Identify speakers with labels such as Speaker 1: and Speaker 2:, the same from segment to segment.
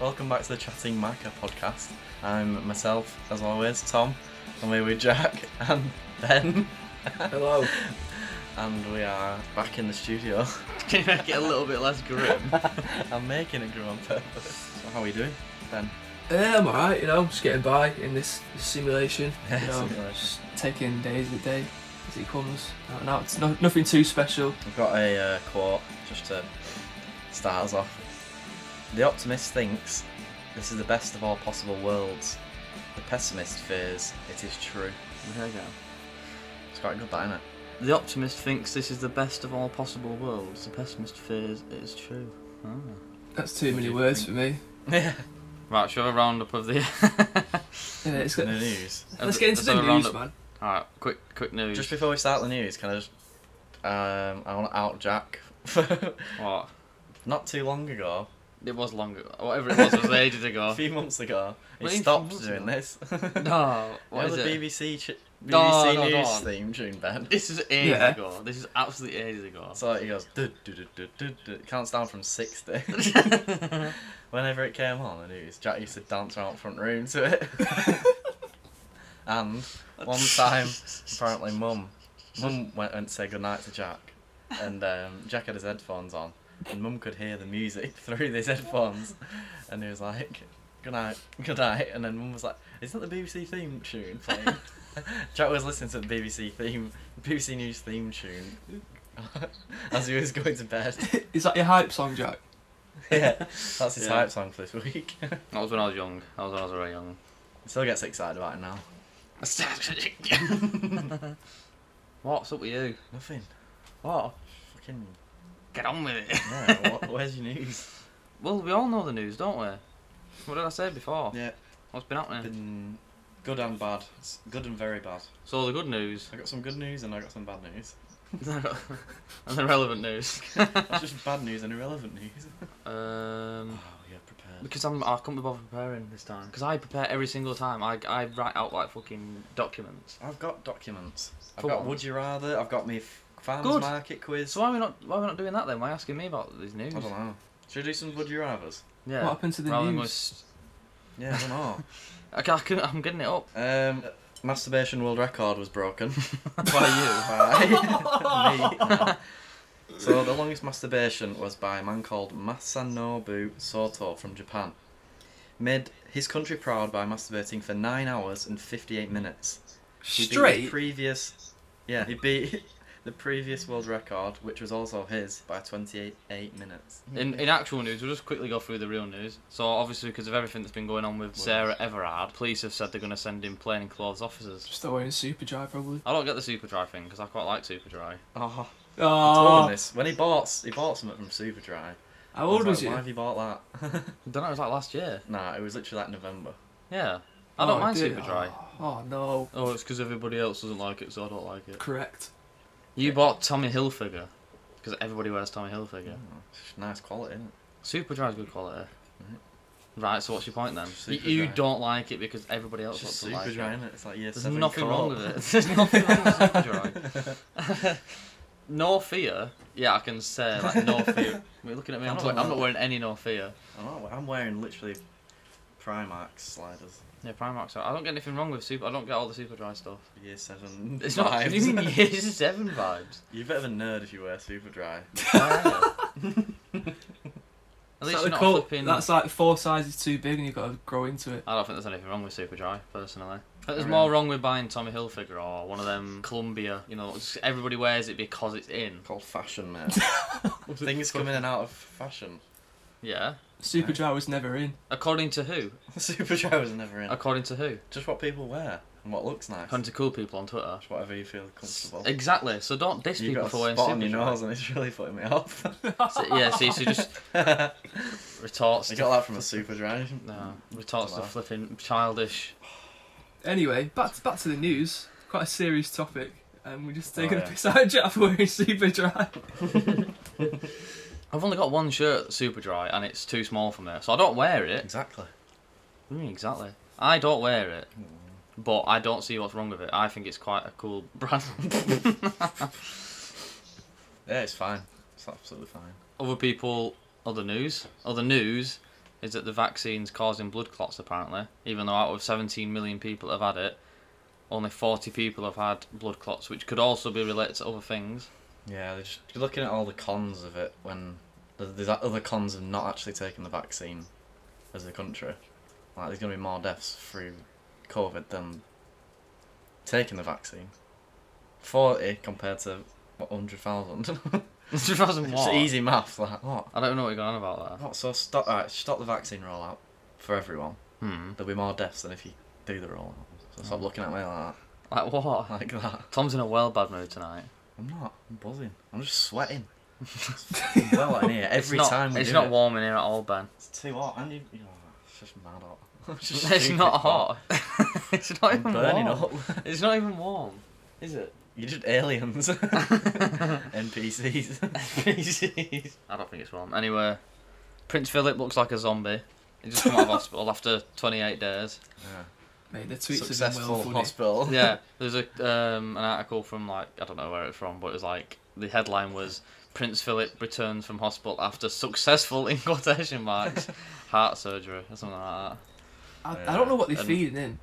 Speaker 1: Welcome back to the Chatting Maca podcast. I'm myself, as always, Tom, and we're with Jack and Ben,
Speaker 2: Hello.
Speaker 1: and we are back in the studio. Can you make it a little bit less grim? I'm making it grim on purpose. So how are we doing, Ben?
Speaker 2: Yeah, I'm alright, you know, just getting by in this, this simulation. You know,
Speaker 1: Simulation.
Speaker 2: just taking day as a day as it comes. Out and out. It's no, nothing too special.
Speaker 1: I've got a uh, quote just to start us off. The optimist thinks this is the best of all possible worlds. The pessimist fears it is true.
Speaker 3: There you go.
Speaker 1: It's quite good, that, isn't it?
Speaker 3: The optimist thinks this is the best of all possible worlds. The pessimist fears it is true. Ah.
Speaker 2: That's too
Speaker 1: What do
Speaker 2: many
Speaker 1: you
Speaker 2: words
Speaker 1: think?
Speaker 2: for me.
Speaker 1: Yeah.
Speaker 3: Right, should we have a roundup of the?
Speaker 2: Yeah, it's
Speaker 1: The
Speaker 2: got-
Speaker 1: news.
Speaker 2: Let's get into
Speaker 3: Let's
Speaker 2: the
Speaker 3: have a
Speaker 2: news,
Speaker 3: roundup.
Speaker 2: man.
Speaker 3: All right, quick, quick news.
Speaker 1: Just before we start the news, can I just um, I want to out Jack.
Speaker 3: What?
Speaker 1: Not too long ago,
Speaker 3: It was long ago. Whatever it was, it was ages
Speaker 1: a
Speaker 3: ago.
Speaker 1: few months ago, he
Speaker 3: What do you mean
Speaker 1: stopped
Speaker 3: Oh. few months
Speaker 1: doing
Speaker 3: ago?
Speaker 1: this.
Speaker 3: No, what
Speaker 1: you
Speaker 3: is
Speaker 1: know
Speaker 3: it?
Speaker 1: the BBC ch- BBC
Speaker 3: No, no,
Speaker 1: news
Speaker 3: don't.
Speaker 1: theme tune, Ben.
Speaker 3: This is ages
Speaker 2: Yeah.
Speaker 3: ago. This is absolutely ages ago.
Speaker 1: So he goes, "Du- du- du- du- du- du," it counts down from 60. Whenever it came on the news, Jack used to dance around front room to it. and one time, apparently, Mum, Mum went and said goodnight to Jack, and um, Jack had his headphones on, and Mum could hear the music through these headphones, and he was like, "Good night, good night," and then Mum was like, "Isn't that the BBC theme tune playing?" Jack was listening to the BBC theme, BBC News theme tune, as he was going to bed.
Speaker 2: Is that your hype song, Jack?
Speaker 1: yeah, that's his
Speaker 3: Yeah.
Speaker 1: hype song for this week.
Speaker 3: That was when I was young. That was when I was very young.
Speaker 1: Still gets excited about it now.
Speaker 3: What's up with you?
Speaker 1: Nothing.
Speaker 3: What?
Speaker 1: Fucking.
Speaker 3: Get on with it.
Speaker 1: Yeah, what, where's your news?
Speaker 3: Well, we all know the news, don't we? What did I say before?
Speaker 1: Yeah,
Speaker 3: What's been
Speaker 1: Hmm.
Speaker 3: happening?
Speaker 1: been good and bad. It's good and very bad.
Speaker 3: So the good news
Speaker 1: I got some good news and I got some bad news.
Speaker 3: and the relevant news.
Speaker 1: That's just bad news and irrelevant news.
Speaker 3: Um,
Speaker 1: Oh, yeah, prepared.
Speaker 3: because I'm, I couldn't be bothered preparing this time. Because I prepare every single time. I, I write out like fucking documents.
Speaker 1: I've got documents. I've
Speaker 3: For
Speaker 1: got
Speaker 3: what?
Speaker 1: Would You Rather. I've got my f- farmers
Speaker 3: Good.
Speaker 1: market quiz.
Speaker 3: So why are we not why are we not doing that then? Why are you asking me about these
Speaker 1: I
Speaker 3: news?
Speaker 1: don't know. Should we do some Would You Rathers?
Speaker 3: Yeah.
Speaker 2: What happened to the
Speaker 3: rather than
Speaker 2: news?
Speaker 3: us-
Speaker 1: Yeah, I don't know.
Speaker 3: I, ca- I couldn't- I'm getting it up.
Speaker 1: um, masturbation world record was broken.
Speaker 3: By you.
Speaker 1: Right. Me. so the longest masturbation was by a man called Masanobu Soto from Japan. Made his country proud by masturbating for nine hours and fifty-eight minutes. He beat the
Speaker 2: Straight.
Speaker 1: previous, yeah, he beat the previous world record, which was also his, by twenty-eight minutes.
Speaker 3: In, in actual news, we'll just quickly go through the real news. So obviously, because of everything that's been going on with Sarah Everard, police have said they're going to send in plainclothes officers.
Speaker 2: Just wearing super dry, probably.
Speaker 3: I don't get the Superdry thing because I quite like Superdry.
Speaker 2: ah.
Speaker 1: Oh, I told him
Speaker 2: Oh,
Speaker 1: this when he bought he bought something from Superdry.
Speaker 2: how old
Speaker 1: I
Speaker 2: was
Speaker 1: like, Why
Speaker 2: you?
Speaker 1: have you bought that?
Speaker 3: Don't know. It was like last year.
Speaker 1: nah, it was literally like November.
Speaker 3: Yeah. I don't
Speaker 2: Oh,
Speaker 3: mind
Speaker 2: dear.
Speaker 3: Superdry.
Speaker 2: Oh no,
Speaker 3: Oh, it's because everybody else doesn't like it, so I don't like it.
Speaker 2: correct.
Speaker 3: You bought Tommy Hilfiger because everybody wears Tommy Hilfiger.
Speaker 1: Oh, it's nice quality. Isn't it?
Speaker 3: Superdry's good quality.
Speaker 1: Mhm.
Speaker 3: Right, so what's your point then? You,
Speaker 1: Superdry.
Speaker 3: you don't like it because everybody
Speaker 1: It's
Speaker 3: else
Speaker 1: just
Speaker 3: wants to
Speaker 1: super
Speaker 3: like it.
Speaker 1: dry, innit? It's like year
Speaker 3: There's
Speaker 1: seven
Speaker 3: nothing
Speaker 1: co-op.
Speaker 3: wrong with it. There's nothing wrong with Superdry. no fear. Yeah, I can say like no fear. You're looking at me. I'm not, I'm not wearing any no fear.
Speaker 1: I'm, not- I'm wearing literally Primark sliders.
Speaker 3: Yeah, Primark. So I don't get anything wrong with super. I don't get all the Superdry stuff.
Speaker 1: Year seven.
Speaker 3: It's not.
Speaker 1: vibes.
Speaker 3: You mean year seven vibes?
Speaker 1: You're a bit of a nerd if you wear super dry.
Speaker 3: At
Speaker 2: That's
Speaker 3: least you're
Speaker 2: like,
Speaker 3: not
Speaker 2: coat-
Speaker 3: flipping.
Speaker 2: that's like four sizes too big, and you've got to grow into it.
Speaker 3: I don't think there's anything wrong with Superdry, personally. I think there's
Speaker 1: Alright.
Speaker 3: more wrong with buying Tommy Hilfiger or one of them Columbia. You know, just everybody wears it because it's in.
Speaker 1: Called fashion, mate. Things come in and out of fashion.
Speaker 3: Yeah.
Speaker 2: Super dry was never in.
Speaker 3: According to who?
Speaker 1: Super dry was never in.
Speaker 3: According to who?
Speaker 1: Just what people wear and what looks nice.
Speaker 3: According to cool people on Twitter.
Speaker 1: Just whatever you feel comfortable.
Speaker 3: Exactly. So don't diss
Speaker 1: You
Speaker 3: people
Speaker 1: got a
Speaker 3: for wearing
Speaker 1: spot on your
Speaker 3: Superdry.
Speaker 1: nose and it's really putting me off.
Speaker 3: So- yeah. See, so just
Speaker 1: I
Speaker 3: retorts. To,
Speaker 1: got that from a super dry.
Speaker 3: no, retorts to
Speaker 1: Wow.
Speaker 3: flipping childish.
Speaker 2: Anyway, back to, back to the news. Quite a serious topic, and we're just taking
Speaker 1: Oh,
Speaker 2: a
Speaker 1: yeah.
Speaker 2: piss out of Jack for wearing super dry.
Speaker 3: I've only got one shirt that's super dry and it's too small for me, so I don't wear it.
Speaker 1: Exactly.
Speaker 3: Mm, exactly. I don't wear it, but I don't see what's wrong with it. I think it's quite a cool brand.
Speaker 1: Yeah, it's fine. It's absolutely fine.
Speaker 3: other people, other news, other news. is that the vaccine's causing blood clots apparently. Even though out of 17 million people have had it, only 40 people have had blood clots, which could also be related to other things.
Speaker 1: Yeah, they're just you're looking at all the cons of it when there's there's other cons of not actually taking the vaccine as a country. Like, there's going to be more deaths through COVID than taking the vaccine. 40 compared to what, 100,000. It's
Speaker 3: 2001.
Speaker 1: easy maths, like, what?
Speaker 3: I don't know what you're going on about there.
Speaker 1: What, so stop, alright, stop the vaccine rollout for everyone.
Speaker 3: Hmm.
Speaker 1: There'll be more deaths than if you do the rollout. So stop
Speaker 3: Oh.
Speaker 1: looking at me like
Speaker 3: Like what?
Speaker 1: that. Like that.
Speaker 3: Tom's in a well bad mood tonight.
Speaker 1: I'm not. I'm buzzing. I'm just sweating. It's fucking well in here. Every
Speaker 3: it's not,
Speaker 1: time we
Speaker 3: It's
Speaker 1: do
Speaker 3: not
Speaker 1: it.
Speaker 3: warm in here at all, Ben.
Speaker 1: It's too hot. And you, you know, it's just mad hot. It's just
Speaker 3: It's
Speaker 1: stupid
Speaker 3: not hot. it's not
Speaker 1: I'm
Speaker 3: even
Speaker 1: burning
Speaker 3: warm.
Speaker 1: up.
Speaker 3: It's not even warm, is it?
Speaker 1: You're just aliens. NPCs.
Speaker 3: NPCs. I don't think it's warm. Anyway, Prince Philip looks like a zombie. He just come out of hospital after 28 days.
Speaker 1: Yeah.
Speaker 2: Mate, the tweets have been
Speaker 1: Successful
Speaker 2: well funny.
Speaker 1: hospital.
Speaker 3: Yeah, there's a um, an article from like I don't know where it's from, but it was like the headline was Prince Philip returns from hospital after successful in quotation marks heart surgery or something like that.
Speaker 2: I,
Speaker 1: Yeah.
Speaker 2: I don't know what they're
Speaker 3: And-
Speaker 2: feeding in.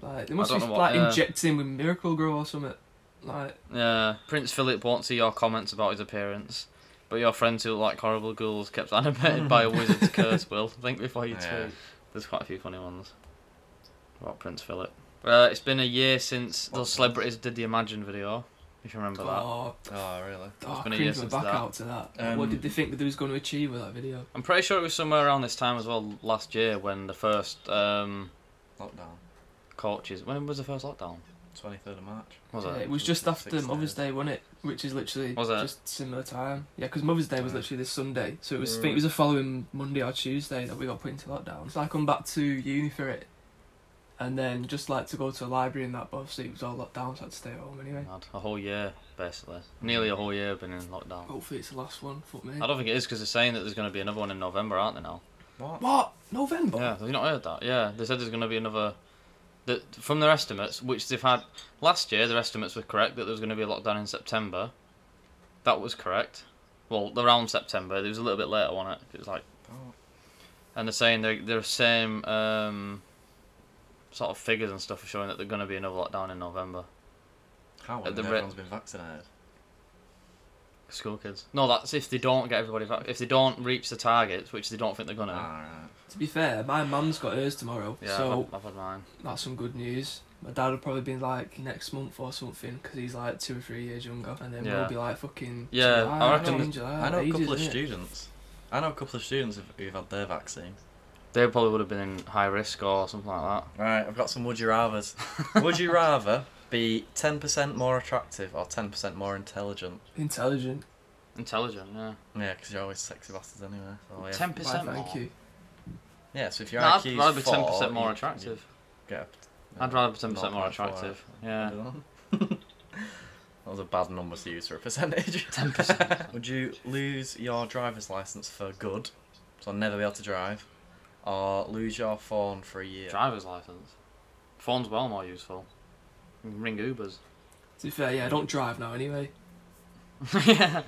Speaker 2: Like they must be
Speaker 3: don't know what-
Speaker 2: like
Speaker 3: yeah.
Speaker 2: injecting with Miracle Grow or something. Like
Speaker 3: Yeah, Uh, Prince Philip won't see your comments about his appearance, but your friends who look like horrible ghouls kept animated by a wizard's curse will think before you tweet.
Speaker 1: Yeah.
Speaker 3: There's quite a few funny ones about Prince Philip. Uh, it's been a year since
Speaker 1: What?
Speaker 3: those celebrities did the Imagine video. If you remember that,
Speaker 2: oh,
Speaker 1: Oh, really?
Speaker 2: oh
Speaker 3: been a year
Speaker 2: cringe my
Speaker 3: since
Speaker 2: back
Speaker 3: that.
Speaker 2: out to that.
Speaker 1: Um,
Speaker 2: what did they think that they was going to achieve with that video?
Speaker 3: I'm pretty sure it was somewhere around this time as well last year when the first um,
Speaker 1: Lockdown.
Speaker 3: coaches. When was the first lockdown?
Speaker 1: 23rd of March.
Speaker 3: Was
Speaker 2: Yeah,
Speaker 3: it?
Speaker 2: it was just
Speaker 1: Six
Speaker 2: after Mother's
Speaker 1: days.
Speaker 2: Day, wasn't it? Which is literally
Speaker 3: Was it?
Speaker 2: just similar time. Yeah, because Mother's Day was
Speaker 1: Yeah. Mm.
Speaker 2: literally this Sunday, so it was. I
Speaker 1: Right.
Speaker 2: think it was the following Monday or Tuesday that we got put into lockdown. So I come back to uni for it, and then just like to go to a library and that. But obviously it was all locked down, so I had to stay at home anyway.
Speaker 3: Mad. A whole year basically. Nearly a whole year been in lockdown.
Speaker 2: Hopefully it's the last one. Fuck me.
Speaker 3: I don't think it is because they're saying that there's going to be another one in November, aren't they now?
Speaker 1: What?
Speaker 2: What November?
Speaker 3: Yeah, have you not heard that? Yeah, they said there's going to be another. That from their estimates, which they've had last year, their estimates were correct that there was going to be a lockdown in September. That was correct. Well, around September, it was a little bit later, wasn't it? It was like,
Speaker 1: Oh.
Speaker 3: and they're saying they're the same um, sort of figures and stuff are showing that they're going to be another lockdown in November.
Speaker 1: How? When
Speaker 3: At the
Speaker 1: the
Speaker 3: re-
Speaker 1: everyone's been vaccinated.
Speaker 3: School kids. No, that's if they don't get everybody. Vac- if they don't reach the targets, which they don't think they're gonna.
Speaker 1: Alright.
Speaker 2: To be fair, my mum's got hers tomorrow,
Speaker 3: yeah,
Speaker 2: so
Speaker 3: I've, had, I've had mine.
Speaker 2: that's some good news. My dad will probably be like next month or something because he's like two or three years younger, and then
Speaker 3: Yeah.
Speaker 2: we'll be like fucking
Speaker 3: Yeah,
Speaker 2: July,
Speaker 3: I reckon-
Speaker 2: June, July,
Speaker 1: I know a
Speaker 2: Uh, ages,
Speaker 1: couple of
Speaker 2: innit?
Speaker 1: students. I know a couple of students who've, who've had their vaccine.
Speaker 3: They probably would have been in high risk or something like that.
Speaker 1: Right, I've got some would you rather's. would you rather be 10% more attractive or 10% more intelligent?
Speaker 2: Intelligent.
Speaker 3: Intelligent, yeah.
Speaker 1: Yeah, because you're always sexy bastards anyway.
Speaker 2: Oh,
Speaker 1: So, yeah.
Speaker 3: Ten
Speaker 2: Why,
Speaker 3: percent more.
Speaker 2: thank you.
Speaker 1: yeah, so if
Speaker 3: No,
Speaker 1: your
Speaker 3: I'd
Speaker 1: IQ's
Speaker 3: rather be
Speaker 1: four,
Speaker 3: ten percent
Speaker 1: you-
Speaker 3: more
Speaker 1: you
Speaker 3: attractive.
Speaker 1: get a-
Speaker 3: I'd rather be ten percent more
Speaker 1: 0.4.
Speaker 3: attractive. Yeah.
Speaker 1: That was a bad number to use for a percentage.
Speaker 3: Ten percent.
Speaker 1: Would you lose your driver's license for good, so never be able to drive, or lose your phone for a year?
Speaker 3: Driver's license. Phone's well more useful. You can Ring Ubers.
Speaker 2: To be fair, yeah, I don't drive now anyway.
Speaker 3: yeah.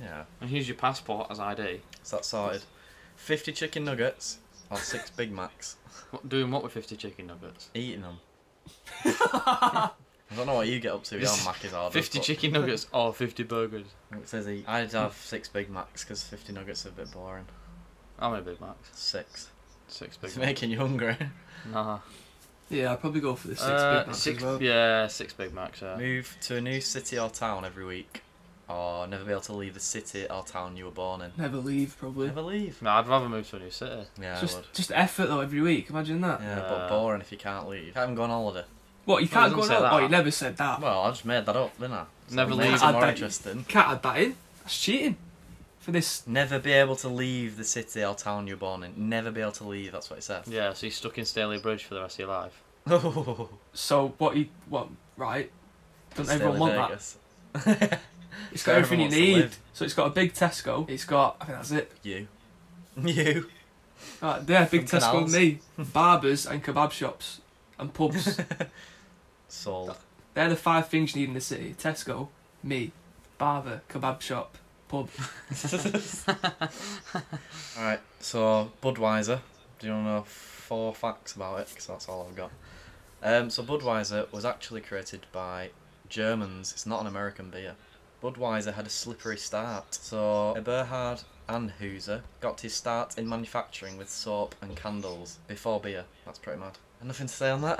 Speaker 1: Yeah,
Speaker 3: And use your passport as ID.
Speaker 1: so that's sorted. 50 chicken nuggets or 6 Big Macs?
Speaker 3: What, doing what with fifty chicken nuggets?
Speaker 1: Eating them. I don't know what you get up to with your Mac is ordered.
Speaker 3: Fifty
Speaker 1: but
Speaker 3: chicken nuggets or fifty burgers?
Speaker 1: It says eat. I'd have 6 Big Macs because 50 nuggets are a bit boring.
Speaker 3: How many Big Macs?
Speaker 1: 6.
Speaker 3: Six Big
Speaker 1: It's
Speaker 3: Macs.
Speaker 1: making you hungry.
Speaker 3: Nah.
Speaker 2: Yeah, I'd probably go for the six
Speaker 3: Uh,
Speaker 2: big Macs
Speaker 3: six-
Speaker 2: as well.
Speaker 3: Yeah, six Big Macs. Yeah.
Speaker 1: Move to a new city or town every week, or never be able to leave the city or town you were born in.
Speaker 2: Never leave, probably.
Speaker 1: Never leave.
Speaker 3: No, I'd rather move to a new city.
Speaker 1: Yeah, I
Speaker 2: just,
Speaker 1: would.
Speaker 2: just effort though every week. Imagine that.
Speaker 1: Yeah,
Speaker 3: Uh,
Speaker 1: but boring if you can't leave. You haven't gone on holiday.
Speaker 2: What you
Speaker 3: Well,
Speaker 2: can't
Speaker 3: it
Speaker 2: go
Speaker 3: doesn't
Speaker 2: on?
Speaker 3: say
Speaker 2: Oh,
Speaker 3: that.
Speaker 2: you never said that.
Speaker 1: Well, I just made that up, didn't I?
Speaker 3: Ah. Never
Speaker 1: it
Speaker 3: leave.
Speaker 1: makes it
Speaker 2: I
Speaker 1: more
Speaker 2: don't-
Speaker 1: interesting.
Speaker 2: Can't add that in. That's cheating. For this,
Speaker 1: Never be able to leave the city or town you're born in. Never be able to leave. That's what it said.
Speaker 3: Yeah, so you're stuck in Staley Bridge for the rest of your life.
Speaker 1: Oh,
Speaker 2: so what you what right? Doesn't everyone want that? It's got
Speaker 1: Everyone
Speaker 2: everything you
Speaker 1: wants to
Speaker 2: need.
Speaker 1: live.
Speaker 2: So it's got a big Tesco. It's got I think that's it.
Speaker 1: You, you.
Speaker 2: Right, yeah, Ah, big
Speaker 1: Some
Speaker 2: Tesco
Speaker 1: canals.
Speaker 2: and me. Barbers and kebab shops and pubs.
Speaker 1: Sold.
Speaker 2: They're the five things you need in the city. Tesco, me, barber, kebab shop, pub.
Speaker 1: Alright, so Budweiser. Do you want to know four facts about it? Because that's all I've got. Um, so Budweiser was actually created by Germans. It's not an American beer. Budweiser had a slippery start. So Eberhard Anheuser got his start in manufacturing with soap and candles before beer. That's pretty mad. Nothing to say on that.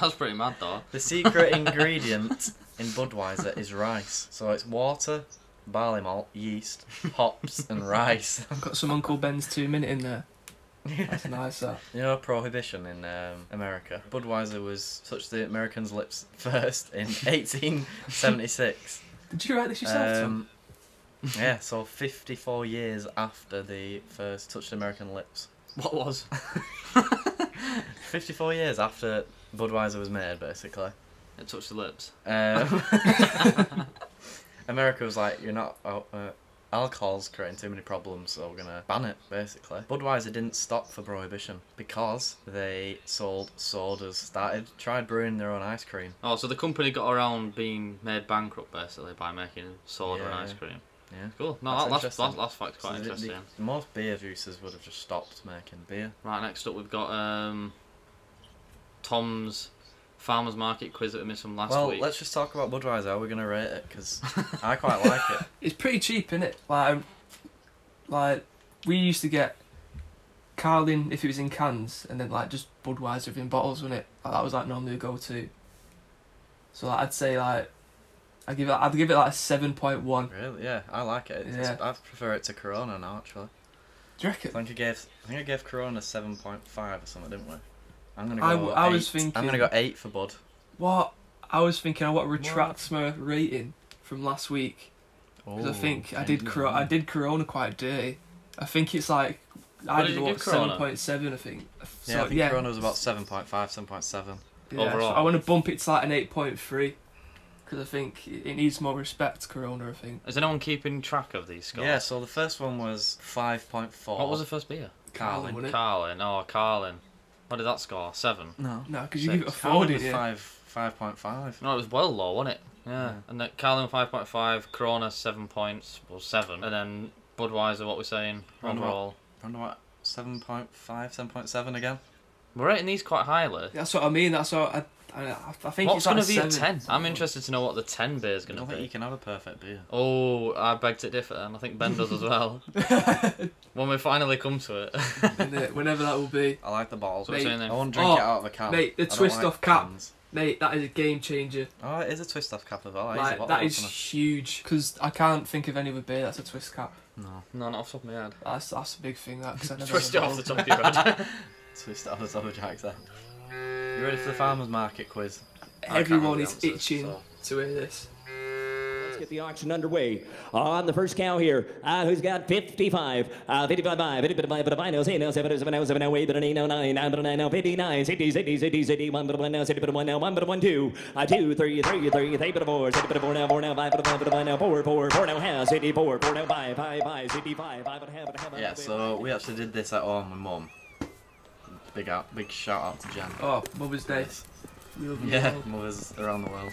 Speaker 3: That's pretty mad though.
Speaker 1: The secret ingredient in Budweiser is rice. So it's water, barley malt, yeast, hops, and rice.
Speaker 2: Got some Uncle Ben's two minute in there. That's nice. That.
Speaker 1: You know, prohibition in um, America. Budweiser was such the Americans' lips first in 1876.
Speaker 2: Did you write this yourself, Tom?
Speaker 1: um, yeah, so 54 years after the first touched American lips.
Speaker 3: What was?
Speaker 1: 54 years after Budweiser was made, basically.
Speaker 3: It touched the lips.
Speaker 1: Um, America was like, you're not. Oh, uh, alcohol's creating too many problems, so we're gonna ban it, basically. Budweiser didn't stop for prohibition because they sold sodas, started, tried brewing their own ice cream.
Speaker 3: Oh, so the company got around being made bankrupt basically by making soda and
Speaker 1: Yeah.
Speaker 3: ice cream.
Speaker 1: Yeah.
Speaker 3: Cool. No,
Speaker 1: That's
Speaker 3: that last,
Speaker 1: interesting.
Speaker 3: last, last fact's quite
Speaker 1: So the- the-
Speaker 3: interesting.
Speaker 1: most beer juicers would have just stopped making beer.
Speaker 3: Right, next up we've got um, Tom's Farmer's Market quiz that we missed from last
Speaker 1: well,
Speaker 3: week.
Speaker 1: let's just talk about Budweiser. How are we gonna rate it? Because I quite like it.
Speaker 2: It's pretty cheap, is it? Like, um, like we used to get Carlin if it was in cans, and then like just Budweiser if in bottles, wasn't it? Like, that was like normally the go-to. So like, I'd say like, I give it, I'd give it like a seven point one.
Speaker 1: Really? Yeah, I like it. It's,
Speaker 2: Yeah.
Speaker 1: I prefer it to Corona now, actually.
Speaker 2: Do you
Speaker 1: I
Speaker 2: reckon?
Speaker 1: think I gave I think I gave Corona seven point five or something, didn't we? I'm gonna go.
Speaker 2: I w- I was
Speaker 1: eight. I'm gonna
Speaker 2: thinking-
Speaker 1: go eight for Bud.
Speaker 2: What? I was thinking I want to retract my rating from last week because
Speaker 1: Oh,
Speaker 2: I think I did Cor- I did Corona quite dirty. I think it's like I
Speaker 3: What
Speaker 2: did
Speaker 3: did you
Speaker 2: what
Speaker 3: give Corona?
Speaker 2: seven point seven. I think.
Speaker 1: Yeah, I think Corona was about 7.5, 7.7.
Speaker 2: Yeah,
Speaker 3: Overall.
Speaker 2: so I want to bump it to like an 8.3 because I think it it needs more respect, Corona. I think
Speaker 3: Is anyone keeping track of these scores?
Speaker 1: Yeah, so the first one was 5.4.
Speaker 3: What was the first beer?
Speaker 1: Carlin.
Speaker 2: Wouldn't it?
Speaker 3: Carlin. Oh, Carlin. What did that score? Seven.
Speaker 1: No.
Speaker 2: No, because you give it a
Speaker 3: Six.
Speaker 2: four,
Speaker 1: Carlin
Speaker 2: didn't
Speaker 1: was
Speaker 2: you?
Speaker 1: five, 5.5.
Speaker 3: No, it was well low, wasn't it? Yeah.
Speaker 1: Yeah.
Speaker 3: And that Carlin five point five, Corona seven points, well seven, and then Budweiser. What we're saying
Speaker 1: Round what?
Speaker 3: overall.
Speaker 1: Wonder what, 7.5, 7.7 again?
Speaker 3: We're rating these quite highly.
Speaker 2: That's what I mean. That's what I. I, I think it's
Speaker 3: What's
Speaker 2: like
Speaker 3: going to be
Speaker 2: seven.
Speaker 3: a ten? I'm interested to know what the ten beer is
Speaker 1: I
Speaker 3: going
Speaker 1: don't
Speaker 3: to
Speaker 1: think you
Speaker 3: be.
Speaker 1: can have a perfect beer.
Speaker 3: Oh, I beg to differ, and I think Ben does as well. when we finally come to it.
Speaker 2: Innit? Whenever that will be,
Speaker 1: I like the bottles.
Speaker 3: So we're
Speaker 2: Mate.
Speaker 3: saying
Speaker 1: I
Speaker 3: then-
Speaker 1: won't drink
Speaker 2: Oh,
Speaker 1: it out of a can.
Speaker 2: mate, the
Speaker 1: I don't
Speaker 2: twist
Speaker 1: like
Speaker 2: off cap.
Speaker 1: cans.
Speaker 2: mate, that is a game changer.
Speaker 1: Oh, it is a twist off cap as well.
Speaker 2: like
Speaker 1: what
Speaker 2: that is huge because I can't think of any with beer that's a twist cap.
Speaker 1: No,
Speaker 3: No, not off the top of my head.
Speaker 2: That's that's a big thing. That because I never.
Speaker 3: Twist it
Speaker 2: had a
Speaker 3: off the
Speaker 2: bottle.
Speaker 3: top of your head.
Speaker 1: twist off the top of Jack's head. You ready for the farmer's market quiz?
Speaker 2: Everyone is itching to hear this.
Speaker 4: Let's get the auction underway. On the first cow here, uh, who's got 55? Uh, 55, 55, 55, 55, now, say now, 7, 7, now, 7, now, 8, 8, now, 9, 9, 9, now, 59, 60, 60, 60, 60, 1, 1, now, 60, 1, now, 1, 1, 2, uh, 2, 3, 3, 3, 3, 4, 6, 4, now, 4, now, 5, 5, 5, now, 4, 4, 4, now, half, 64, 4, now, 5, 5, 5, 65, 5, and a half, and a half,
Speaker 1: Yeah, so we actually did this at home with Mum. Big out, big shout out to Jen.
Speaker 2: Oh, Mother's Day. We love you
Speaker 1: Yeah,
Speaker 2: all.
Speaker 1: mothers around the world.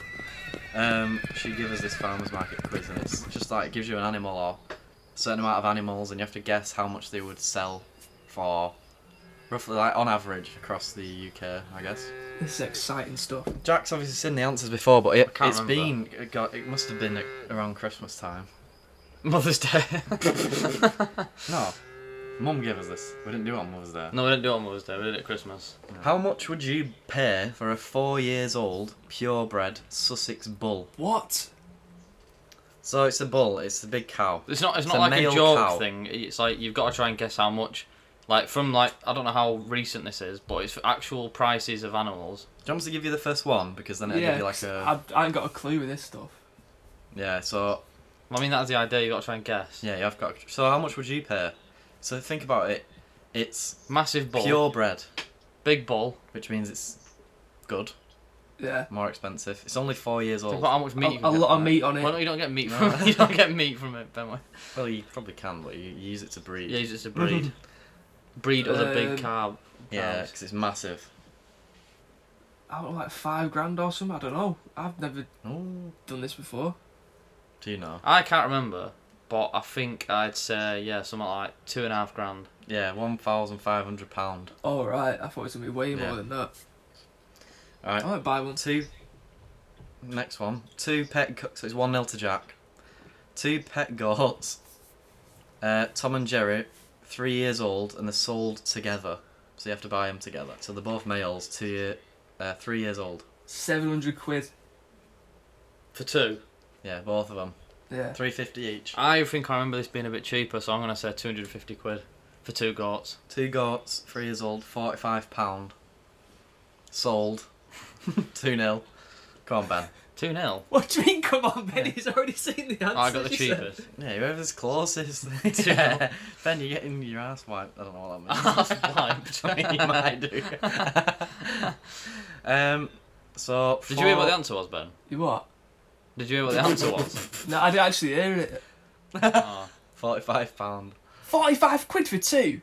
Speaker 1: Um, she gave us this farmers market quiz, and it's just like it gives you an animal or a certain amount of animals, and you have to guess how much they would sell for, roughly like on average across the UK, I guess.
Speaker 2: This is exciting stuff.
Speaker 1: Jack's obviously seen the answers before, but it,
Speaker 3: can't
Speaker 1: it's
Speaker 3: remember.
Speaker 1: been it, got, it must have been around Christmas time.
Speaker 3: Mother's Day.
Speaker 1: No, Mum gave us this. We didn't do it on Mother's Day.
Speaker 3: no, we didn't do it on Mother's Day. We did it at Christmas.
Speaker 1: How much would you pay for a four years old purebred Sussex bull?
Speaker 2: What?
Speaker 1: So it's a bull. It's a big cow.
Speaker 3: It's not. It's
Speaker 1: It's
Speaker 3: not
Speaker 1: a
Speaker 3: like a
Speaker 1: male
Speaker 3: joke
Speaker 1: cow.
Speaker 3: thing. It's like you've got to try and guess how much. Like from like I don't know how recent this is, but it's actual prices of animals.
Speaker 1: Do you want me to give you the first one because then it'll give
Speaker 2: Yeah,
Speaker 1: you like
Speaker 2: 'cause
Speaker 1: a
Speaker 2: I've- I ain't got a clue with this stuff.
Speaker 1: yeah. So
Speaker 3: I mean that's the idea. You have got to try and guess.
Speaker 1: yeah, I've got. So how much would you pay? So think about it. It's
Speaker 3: Massive bull,
Speaker 1: purebred,
Speaker 3: big bull.
Speaker 1: which means it's good,
Speaker 2: Yeah.
Speaker 1: more expensive. It's only four years
Speaker 3: Think
Speaker 1: old.
Speaker 3: about how much meat. you
Speaker 2: A,
Speaker 3: can
Speaker 2: a
Speaker 3: get
Speaker 2: lot
Speaker 3: from
Speaker 2: of
Speaker 3: it.
Speaker 2: meat on it.
Speaker 3: Well, no, you don't get meat
Speaker 1: No.
Speaker 3: from. you don't get meat from it, don't we?
Speaker 1: Well, you probably can, but you use it to breed.
Speaker 3: Yeah, it's just a breed. breed other big
Speaker 2: Um,
Speaker 3: calf.
Speaker 1: Yeah,
Speaker 3: calves.
Speaker 1: because it's massive.
Speaker 2: I don't know, like five grand or something. I don't know. I've never
Speaker 1: Oh,
Speaker 2: done this before.
Speaker 1: do you know?
Speaker 3: I can't remember. but I think I'd say yeah, something like two and a half grand.
Speaker 1: Yeah, one thousand five hundred pound.
Speaker 2: All right, I thought it was gonna be way
Speaker 1: Yeah.
Speaker 2: more than that.
Speaker 1: All right.
Speaker 2: I might buy one.
Speaker 1: Two. Next one. Two pet. Co- so it's one 0 to Jack. Two pet goats. Uh, Tom and Jerry, three years old, and they're sold together. So you have to buy them together. So they're both males, two year, uh, three years old.
Speaker 2: Seven hundred quid.
Speaker 3: For two,
Speaker 1: Yeah, both of them.
Speaker 2: Yeah.
Speaker 1: Three fifty each.
Speaker 3: I think I remember this being a bit cheaper, so I'm gonna say two hundred and fifty quid for two goats.
Speaker 1: Two goats, three years old, forty-five pound. Sold. two 0 Come on, Ben.
Speaker 3: Two nil.
Speaker 2: What do you mean? Come on, Ben. He's already seen the answer.
Speaker 3: I got the
Speaker 2: he said.
Speaker 3: cheapest.
Speaker 1: Yeah, whoever's closest.
Speaker 3: Yeah.
Speaker 1: Ben, you're getting your ass wiped. I don't know what that means.
Speaker 3: Ass wiped.
Speaker 1: you might do. um, so.
Speaker 3: Did you hear what the
Speaker 1: four-
Speaker 3: answer was, Ben?
Speaker 2: You what?
Speaker 3: Did you hear what the answer was?
Speaker 2: No, I didn't actually hear it.
Speaker 3: Oh,
Speaker 1: Forty-five pound.
Speaker 2: Forty-five quid for two.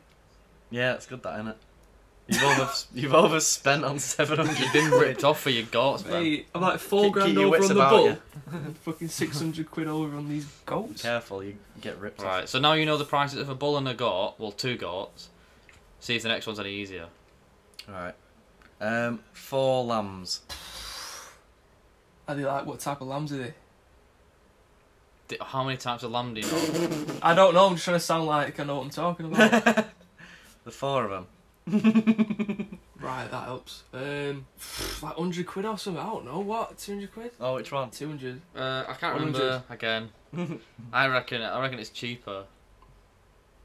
Speaker 1: Yeah, it's good that, isn't it? You've over you've overspent on seven hundred.
Speaker 3: you've been ripped off for your goats, Ben.
Speaker 2: Hey, I'm like four
Speaker 1: Keep-
Speaker 2: grand
Speaker 1: keep your
Speaker 2: over
Speaker 1: wits
Speaker 2: on the
Speaker 1: about
Speaker 2: bull.
Speaker 1: you.
Speaker 2: Fucking six hundred quid over on these goats.
Speaker 1: Careful, you get ripped off.
Speaker 3: Right, so now you know the prices of a bull and a goat. Well, two goats. See if the next one's any easier.
Speaker 1: Right. Um, four lambs.
Speaker 2: Are they like what type of lambs are they?
Speaker 3: Di- How many types of lamb do you know?
Speaker 2: I don't know. I'm just trying to sound like I know what I'm talking about.
Speaker 1: The four of them.
Speaker 2: right, that helps. Um, like hundred quid or something. I don't know what. Two hundred quid.
Speaker 1: Oh, which one?
Speaker 2: Two hundred.
Speaker 3: Uh, I can't
Speaker 2: 100.
Speaker 3: remember again. I reckon. I reckon it's cheaper.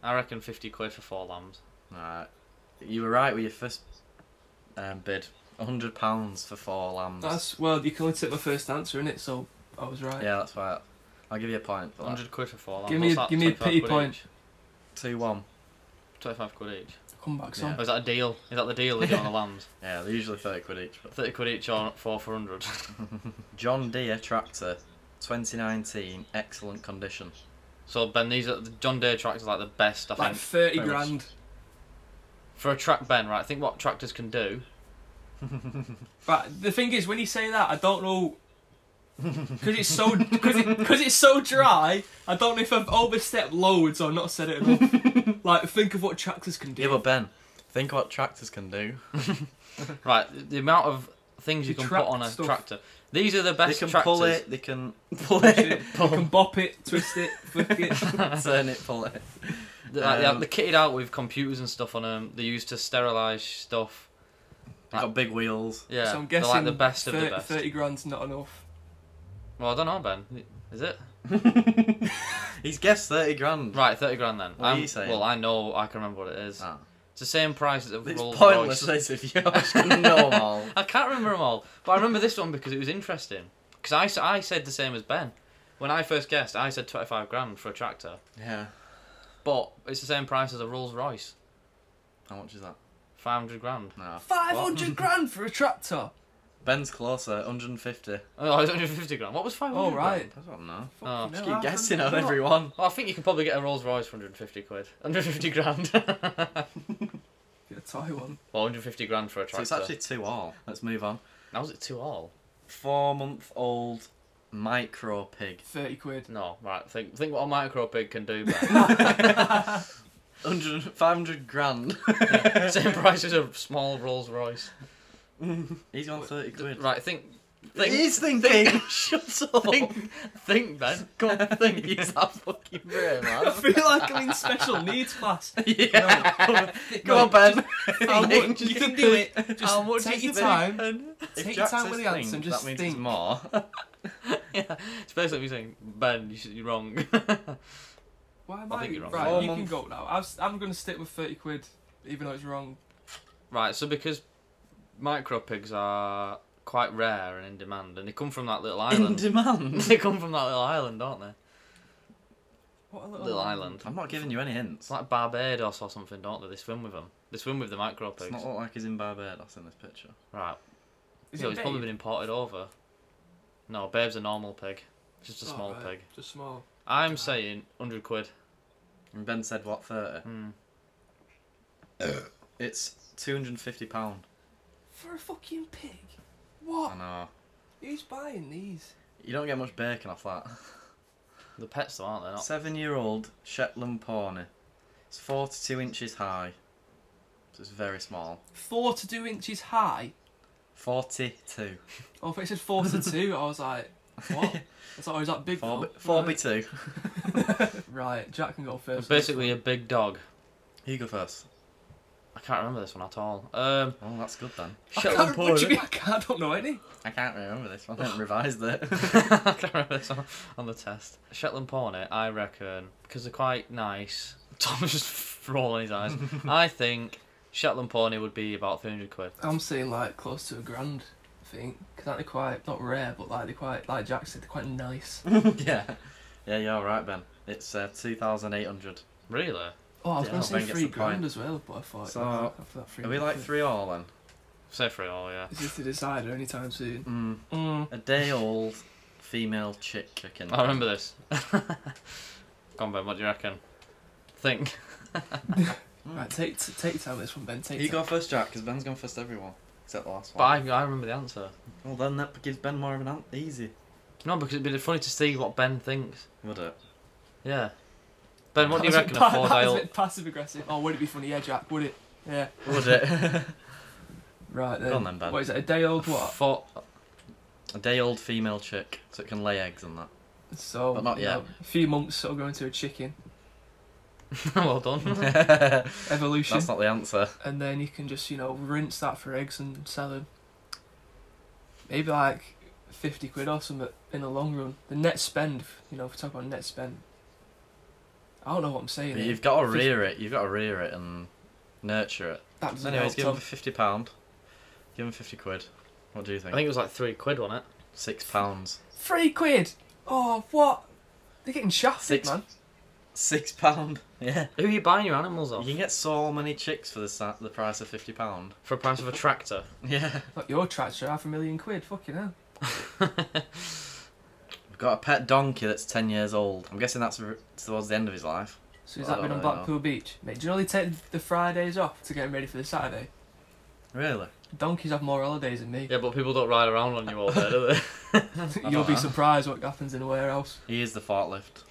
Speaker 3: I reckon fifty quid for four lambs.
Speaker 1: Right. You were right with your first um, bid. hundred pounds for four lambs.
Speaker 2: That's well. You can only take my first answer in it, so I was right.
Speaker 1: Yeah, that's right. I'll give you a point for that.
Speaker 3: Hundred quid for four lambs.
Speaker 2: Give me
Speaker 3: What's
Speaker 2: a-
Speaker 3: that,
Speaker 2: give me a
Speaker 3: 25
Speaker 2: pity
Speaker 3: quid
Speaker 2: point.
Speaker 3: each?
Speaker 1: Two one.
Speaker 3: Twenty-five quid each.
Speaker 2: Come back, son.
Speaker 1: Yeah.
Speaker 3: Or is that a deal? Is that the deal they do on the lambs?
Speaker 1: Yeah, they're usually thirty quid each. But
Speaker 3: Thirty quid each or four for hundred.
Speaker 1: John Deere tractor, 2019, excellent condition.
Speaker 3: So Ben, these are the John Deere tractors are like the best I
Speaker 2: Like
Speaker 3: think
Speaker 2: thirty
Speaker 1: very much.
Speaker 2: grand.
Speaker 3: for a track Ben. Right, think what tractors can do.
Speaker 2: But the thing is, when you say that, I don't know. Because it's so because it, cause it's so dry. I don't know if I've overstepped loads or not said it enough. like, think of what tractors can do.
Speaker 1: Yeah, but Ben, think what tractors can do.
Speaker 3: Right, the amount of things you
Speaker 2: You
Speaker 3: can put
Speaker 2: track
Speaker 3: on a
Speaker 2: stuff.
Speaker 3: tractor. These are the
Speaker 1: They
Speaker 3: best
Speaker 1: can
Speaker 3: tractors.
Speaker 1: pull it. They can pull it.
Speaker 2: you can bop it, twist it, flick it.
Speaker 1: turn it. Pull it.
Speaker 3: They're, like,
Speaker 1: Um,
Speaker 3: they're kitted out with computers and stuff on them. They used to sterilise stuff.
Speaker 1: They got big wheels.
Speaker 3: Yeah,
Speaker 2: so I'm
Speaker 3: they're
Speaker 2: guessing
Speaker 3: like the best
Speaker 2: 30,
Speaker 3: of the best.
Speaker 2: Thirty grand's not enough.
Speaker 3: Well, I don't know, Ben. Is it
Speaker 1: He's guessed thirty grand.
Speaker 3: right? Thirty grand then.
Speaker 1: What are
Speaker 3: I'm-
Speaker 1: you saying?
Speaker 3: Well, I know. I can remember what it is.
Speaker 1: Ah.
Speaker 3: It's the same price as a
Speaker 1: It's
Speaker 3: Rolls
Speaker 1: pointless
Speaker 3: Royce.
Speaker 1: this if you actually know 'em all.
Speaker 3: I can't remember them all, but I remember this one because it was interesting. Because I, s- I said the same as Ben. When I first guessed, I said twenty five grand for a tractor,
Speaker 1: Yeah.
Speaker 3: but it's the same price as a Rolls Royce,
Speaker 1: How much is that?
Speaker 3: five hundred grand.
Speaker 1: No.
Speaker 2: Five hundred grand for a tractor.
Speaker 1: Ben's closer. 150.
Speaker 3: Oh, it's hundred fifty grand. What was five hundred?
Speaker 2: All right.
Speaker 1: I don't know.
Speaker 3: Oh.
Speaker 2: Fucking
Speaker 1: Just
Speaker 2: hell,
Speaker 1: keep guessing
Speaker 2: I
Speaker 1: on
Speaker 2: don't know.
Speaker 1: everyone.
Speaker 3: Well, I think you can probably get a Rolls Royce for 150 quid. 150 grand. well,
Speaker 2: Get a toy one.
Speaker 3: 150 grand for a
Speaker 1: So
Speaker 3: tractor.
Speaker 1: it's actually two all. Let's move on.
Speaker 3: Now is it two all?
Speaker 1: Four month old micro pig.
Speaker 2: Thirty quid.
Speaker 3: No, right. Think think what a micro pig can do. Ben.
Speaker 1: 100, 500 grand.
Speaker 3: Same price as a small Rolls Royce.
Speaker 1: He's on 30 quid.
Speaker 3: Right. Think.
Speaker 1: Think,
Speaker 3: Think.
Speaker 1: He's thinking.
Speaker 3: Shut up. Think, think, Ben. Come on, think. Use that fucking brain,
Speaker 2: I
Speaker 3: man.
Speaker 2: feel like I'm in special needs class.
Speaker 1: yeah.
Speaker 2: No,
Speaker 1: Go on, Ben.
Speaker 2: How
Speaker 1: Think.
Speaker 2: much you can do it. Just
Speaker 3: How much
Speaker 2: take
Speaker 3: is
Speaker 2: your
Speaker 3: the
Speaker 2: time.
Speaker 3: Ben?
Speaker 1: If
Speaker 2: Take
Speaker 1: Jack
Speaker 2: time
Speaker 1: says
Speaker 2: with the answer and
Speaker 1: think,
Speaker 2: just
Speaker 1: that means
Speaker 2: think.
Speaker 1: It's more.
Speaker 3: yeah. It's basically me saying, Ben, you should, you're wrong.
Speaker 2: Why am
Speaker 3: I
Speaker 2: I,
Speaker 3: think you're wrong.
Speaker 2: right?
Speaker 1: Four
Speaker 2: you can
Speaker 1: months.
Speaker 2: go now. I've, s- I'm going to stick with thirty quid, even though it's wrong.
Speaker 3: right. So because micro pigs are quite rare and in demand, and they come from that little
Speaker 1: In
Speaker 3: island.
Speaker 1: demand.
Speaker 3: they come from that little island, don't they?
Speaker 2: What a
Speaker 3: Little island.
Speaker 1: I'm not giving you any hints.
Speaker 3: It's like Barbados or something, don't they? They swim with them. They swim with the micro
Speaker 1: It's
Speaker 3: pigs.
Speaker 1: not look like he's in Barbados in this picture.
Speaker 3: Right.
Speaker 2: Is
Speaker 3: so
Speaker 2: it
Speaker 3: it's probably
Speaker 2: babe?
Speaker 3: been imported over. No, Babe's a normal pig. It's just
Speaker 2: Oh,
Speaker 3: a small
Speaker 2: right,
Speaker 3: pig.
Speaker 2: Just small.
Speaker 3: I'm saying 100 quid.
Speaker 1: And Ben said, what, 30?
Speaker 3: Hmm.
Speaker 1: It's £250.
Speaker 2: For a fucking pig.
Speaker 1: I
Speaker 2: What?
Speaker 3: Um,
Speaker 1: know.
Speaker 2: Who's buying these?
Speaker 1: You don't get much bacon off that.
Speaker 3: The pets though, aren't they? Not
Speaker 1: Seven year old Shetland Pony. It's 42 inches high. So it's very small.
Speaker 2: Four to two inches high.
Speaker 1: 42.
Speaker 2: Oh, if it said four to two, I was like, what? It's like, oh, is that big?
Speaker 1: 4 by,
Speaker 2: fella?
Speaker 1: four by
Speaker 2: right.
Speaker 1: 2.
Speaker 2: right, Jack can go first.
Speaker 3: basically a big dog.
Speaker 1: You go first.
Speaker 3: I can't remember this one at all. Um,
Speaker 1: Oh, that's good then.
Speaker 2: I can't,
Speaker 3: Shetland
Speaker 2: what do you
Speaker 3: pony.
Speaker 2: mean? I, can't, I don't know any.
Speaker 1: I can't remember this one. I haven't revised it.
Speaker 3: I can't remember this on, on the test. Shetland Pony, I reckon, because they're quite nice. Tom's just rolling his eyes. I think Shetland Pony would be about 300 quid.
Speaker 2: I'm seeing like close to a grand. I think because aren't they quite not rare, but like they're quite like Jack said, they're quite nice.
Speaker 1: yeah. Yeah, you're right, Ben. It's uh, 2,800.
Speaker 3: Really?
Speaker 2: Oh, I was
Speaker 1: Yeah,
Speaker 2: going
Speaker 1: I
Speaker 2: to say
Speaker 1: think it's
Speaker 2: three
Speaker 1: the point.
Speaker 2: grand as well, but I thought
Speaker 1: So,
Speaker 2: no, after that three
Speaker 1: Are we like
Speaker 2: grand,
Speaker 1: three all then?
Speaker 3: Say for it all, yeah.
Speaker 2: Is this the decider anytime soon?
Speaker 1: Mm.
Speaker 2: Mm.
Speaker 1: A day old female chick chicken.
Speaker 3: I remember this. Come on, Ben, what do you reckon? Think.
Speaker 2: Right, take t- take time with this one, Ben. Take
Speaker 1: Hmm. You
Speaker 2: time.
Speaker 1: go first, Jack, because Ben's gone first everyone. Except the last
Speaker 3: But
Speaker 1: one.
Speaker 3: I, I remember the answer.
Speaker 1: Well, then that gives Ben more of an an easy.
Speaker 3: No, because it'd be funny to see what Ben thinks.
Speaker 1: Would it?
Speaker 3: Yeah. Ben, what
Speaker 2: That
Speaker 3: do you
Speaker 2: was a
Speaker 3: reckon
Speaker 2: bit
Speaker 3: a
Speaker 2: pa- that
Speaker 3: four day
Speaker 2: was a
Speaker 3: old?
Speaker 2: bit passive aggressive. Oh, would it be funny? Yeah, Jack, would it? Yeah.
Speaker 1: Would it?
Speaker 2: Right then.
Speaker 1: Go on then, Ben.
Speaker 2: What is it? A day old what?
Speaker 3: Four,
Speaker 1: a day old female chick, so it can lay eggs and that.
Speaker 2: So
Speaker 1: But not
Speaker 2: you know,
Speaker 1: yet.
Speaker 2: a few months sort of going to a chicken
Speaker 3: well done.
Speaker 1: That's
Speaker 2: evolution,
Speaker 1: not the answer.
Speaker 2: and then you can just you know rinse that for eggs and sell them. Maybe like fifty quid or something in the long run. The net spend, you know, if we talk about net spend. I don't know what I'm saying.
Speaker 1: But
Speaker 2: here.
Speaker 1: you've got to
Speaker 2: Fish-
Speaker 1: rear it. You've got to rear it and nurture it.
Speaker 2: That doesn't
Speaker 1: Anyways, give
Speaker 2: help,
Speaker 1: him
Speaker 2: Tom.
Speaker 1: fifty pound. Give him fifty quid. What do you
Speaker 3: I
Speaker 1: think?
Speaker 3: think it was like three quid, wasn't it?
Speaker 1: six pounds.
Speaker 2: Three quid. Oh, what? They're getting shafted,
Speaker 1: Six-
Speaker 2: man.
Speaker 1: Six pound. Yeah.
Speaker 3: Who are you buying your animals
Speaker 2: Oh.
Speaker 1: You
Speaker 3: off?
Speaker 1: can get so many chicks for the sa- the price of fifty pound.
Speaker 3: For a price of a tractor.
Speaker 1: Yeah.
Speaker 2: Not your tractor, half a million quid. Fucking hell.
Speaker 1: We've got a pet donkey that's ten years old. I'm guessing that's r- towards the end of his life.
Speaker 2: So has
Speaker 1: Well, I
Speaker 2: that been on
Speaker 1: don't really
Speaker 2: Blackpool Beach? Mate, do you know they take the Fridays off to get ready for the Saturday?
Speaker 1: Really?
Speaker 2: Donkeys have more holidays than me.
Speaker 3: Yeah, but people don't ride around on you all day, do they?
Speaker 2: You'll be
Speaker 1: know.
Speaker 2: surprised what happens in a warehouse.
Speaker 1: He is the forklift.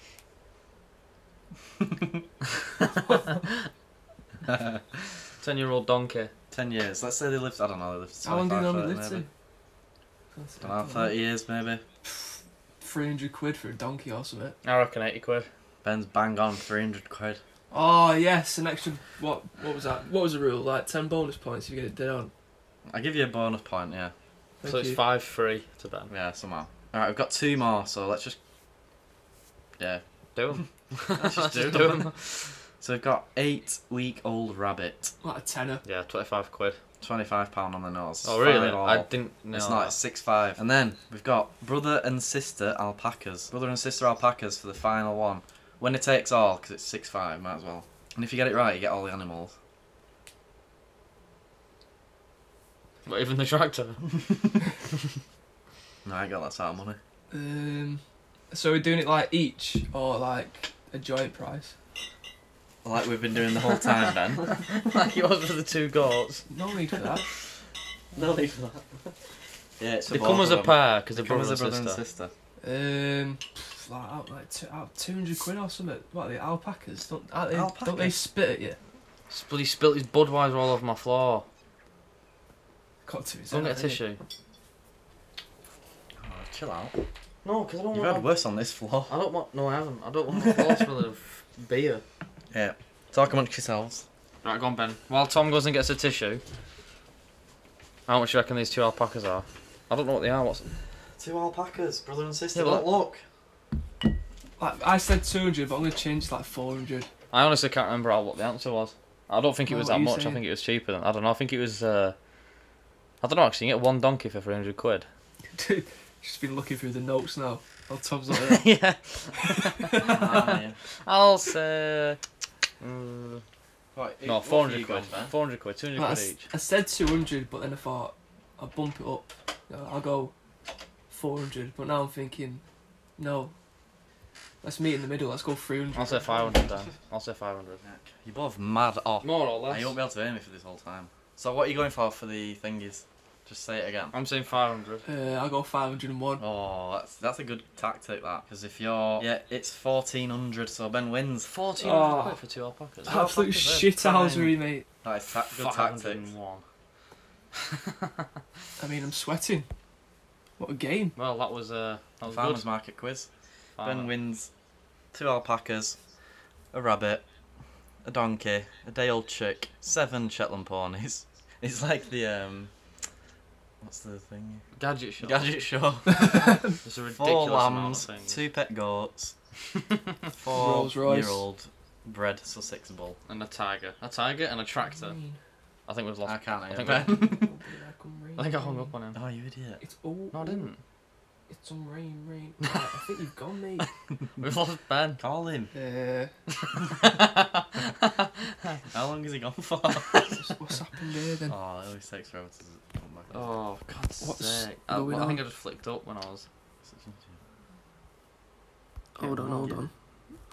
Speaker 3: Ten year old donkey.
Speaker 1: Ten years. Let's say they lived. I don't know. They lived.
Speaker 2: How long do you
Speaker 1: 25,
Speaker 2: normally
Speaker 1: 30
Speaker 2: live
Speaker 1: maybe.
Speaker 2: to?
Speaker 1: I don't know, thirty years maybe.
Speaker 2: 300 quid for a donkey or something.
Speaker 3: I reckon eighty quid.
Speaker 1: Ben's bang on three hundred quid.
Speaker 2: Oh, yes, an extra. What What was that? What was the rule? Like 10 bonus points if you get it dead on.
Speaker 1: I give you a bonus point. Yeah.
Speaker 2: Thank
Speaker 3: so it's
Speaker 2: you.
Speaker 3: five free to Ben.
Speaker 1: Yeah. Somehow. All right. We've got two more. So let's just. Yeah.
Speaker 3: Do 'em.
Speaker 1: Let's just do them.
Speaker 3: Just do 'em.
Speaker 1: So we've got eight week old rabbit,
Speaker 2: Like a tenner.
Speaker 3: Yeah, twenty five quid.
Speaker 1: twenty five pound on the nose.
Speaker 3: Oh really?
Speaker 1: Five all.
Speaker 3: I didn't know.
Speaker 1: It's not. It's six five. And then we've got brother and sister alpacas. Brother and sister alpacas for the final one. Winner takes all because it's six five. Might as well. And if you get it right, you get all the animals.
Speaker 3: Not even the tractor.
Speaker 1: No, I got that sort of money.
Speaker 2: Um, so we're doing it like each or like a joint price?
Speaker 1: Like we've been doing the whole time, Ben.
Speaker 3: like it was for the two goats.
Speaker 2: No need for that.
Speaker 1: no, leave that. Yeah, it's for
Speaker 3: They
Speaker 1: both
Speaker 3: come
Speaker 1: of
Speaker 3: as a
Speaker 1: them.
Speaker 3: pair because
Speaker 1: They
Speaker 3: they're
Speaker 1: come
Speaker 3: brother,
Speaker 1: as a brother
Speaker 3: and
Speaker 1: and
Speaker 3: sister.
Speaker 1: sister.
Speaker 2: Um, pff, like out like two, out two hundred quid or something. What are they alpacas? Don't aren't they, don't they
Speaker 1: Alpacas?
Speaker 2: spit at you?
Speaker 3: Sp- He spilt his Budweiser all over my floor.
Speaker 2: Got to his
Speaker 3: Don't
Speaker 2: head,
Speaker 3: get a
Speaker 2: hasn't
Speaker 3: tissue.
Speaker 1: Oh, chill out.
Speaker 3: No, because I don't
Speaker 1: You've had worse on this floor.
Speaker 3: I don't want. No, I haven't. I don't want my floor smelling of beer.
Speaker 1: Yeah. Talk amongst yourselves.
Speaker 3: Right, go on, Ben. While Tom goes and gets a tissue, how much do you reckon these two alpacas are? I don't know what they are. What's
Speaker 1: Two alpacas, brother and sister.
Speaker 3: Yeah, but-
Speaker 1: look.
Speaker 2: he? Like I said, two hundred, but I'm gonna change to like four hundred.
Speaker 3: I honestly can't remember all what the answer was. I don't think it
Speaker 2: Well,
Speaker 3: was
Speaker 2: what
Speaker 3: that
Speaker 2: are you
Speaker 3: much. I
Speaker 2: saying?
Speaker 3: think it was cheaper than. I don't know. I think it was. Uh, I don't know. Actually, you can get one donkey for three hundred quid.
Speaker 2: She's been looking through the notes now. Oh, Tom's not there.
Speaker 3: yeah.
Speaker 1: Ah, yeah.
Speaker 3: I'll say. mm,
Speaker 1: Right,
Speaker 3: no,
Speaker 1: what
Speaker 3: four
Speaker 1: have you
Speaker 3: hundred quid.
Speaker 1: gone, Ben?
Speaker 3: Four hundred quid. Two hundred
Speaker 2: Like, I,
Speaker 3: quid
Speaker 2: s-
Speaker 3: each.
Speaker 2: I said two hundred, but then I thought I'll bump it up. You know, I'll go four hundred, but now I'm thinking, no. Let's meet in the middle. Let's go three hundred.
Speaker 3: I'll say five hundred then. I'll say five hundred.
Speaker 1: You're both mad off.
Speaker 3: More or
Speaker 1: You won't be able to hear me for this whole time. So what are you going for for the thingies? Just say it again.
Speaker 3: I'm saying 500.
Speaker 2: Uh, I'll go 501.
Speaker 1: Oh, that's that's a good tactic that. Because if you're yeah, it's fourteen hundred. So Ben wins.
Speaker 3: 14
Speaker 2: Oh.
Speaker 3: quid for two hot pockets.
Speaker 2: Absolute shithousery, mate.
Speaker 1: That is ta- good tactic.
Speaker 3: 501.
Speaker 2: I mean, I'm sweating. What a game.
Speaker 3: Well, that was uh, that was
Speaker 1: Farmers
Speaker 3: good.
Speaker 1: market quiz.
Speaker 3: Farmer.
Speaker 1: Ben wins two alpacas, a rabbit, a donkey, a day old chick, seven Shetland ponies. It's like the um, what's the thing?
Speaker 3: Gadget shop.
Speaker 1: Gadget show.
Speaker 3: It's a ridiculous
Speaker 1: Four
Speaker 3: amount of
Speaker 1: lambs,
Speaker 3: things.
Speaker 1: two pet goats, four
Speaker 2: Rolls Royce.
Speaker 1: year old bred Sussex bull.
Speaker 3: And a tiger. A tiger and a tractor. I think we've
Speaker 1: I
Speaker 3: lost.
Speaker 1: can't hear
Speaker 3: think
Speaker 1: Ben.
Speaker 3: I think I hung up on him.
Speaker 1: oh, you idiot!
Speaker 2: It's all.
Speaker 3: No, I didn't.
Speaker 2: It's all rain, rain. Right, I think you've gone, mate.
Speaker 3: We've lost Ben.
Speaker 1: Call him.
Speaker 2: Uh,
Speaker 1: How long has he gone for?
Speaker 2: what's, what's happened here then?
Speaker 1: oh, it always takes forever to come back. up.
Speaker 3: Oh, for God's
Speaker 2: What's
Speaker 3: sake. Oh, I,
Speaker 2: going
Speaker 3: I think I
Speaker 2: on?
Speaker 3: just flicked up when I was.
Speaker 2: Hold on,
Speaker 1: well,
Speaker 2: hold
Speaker 1: yeah.
Speaker 2: on.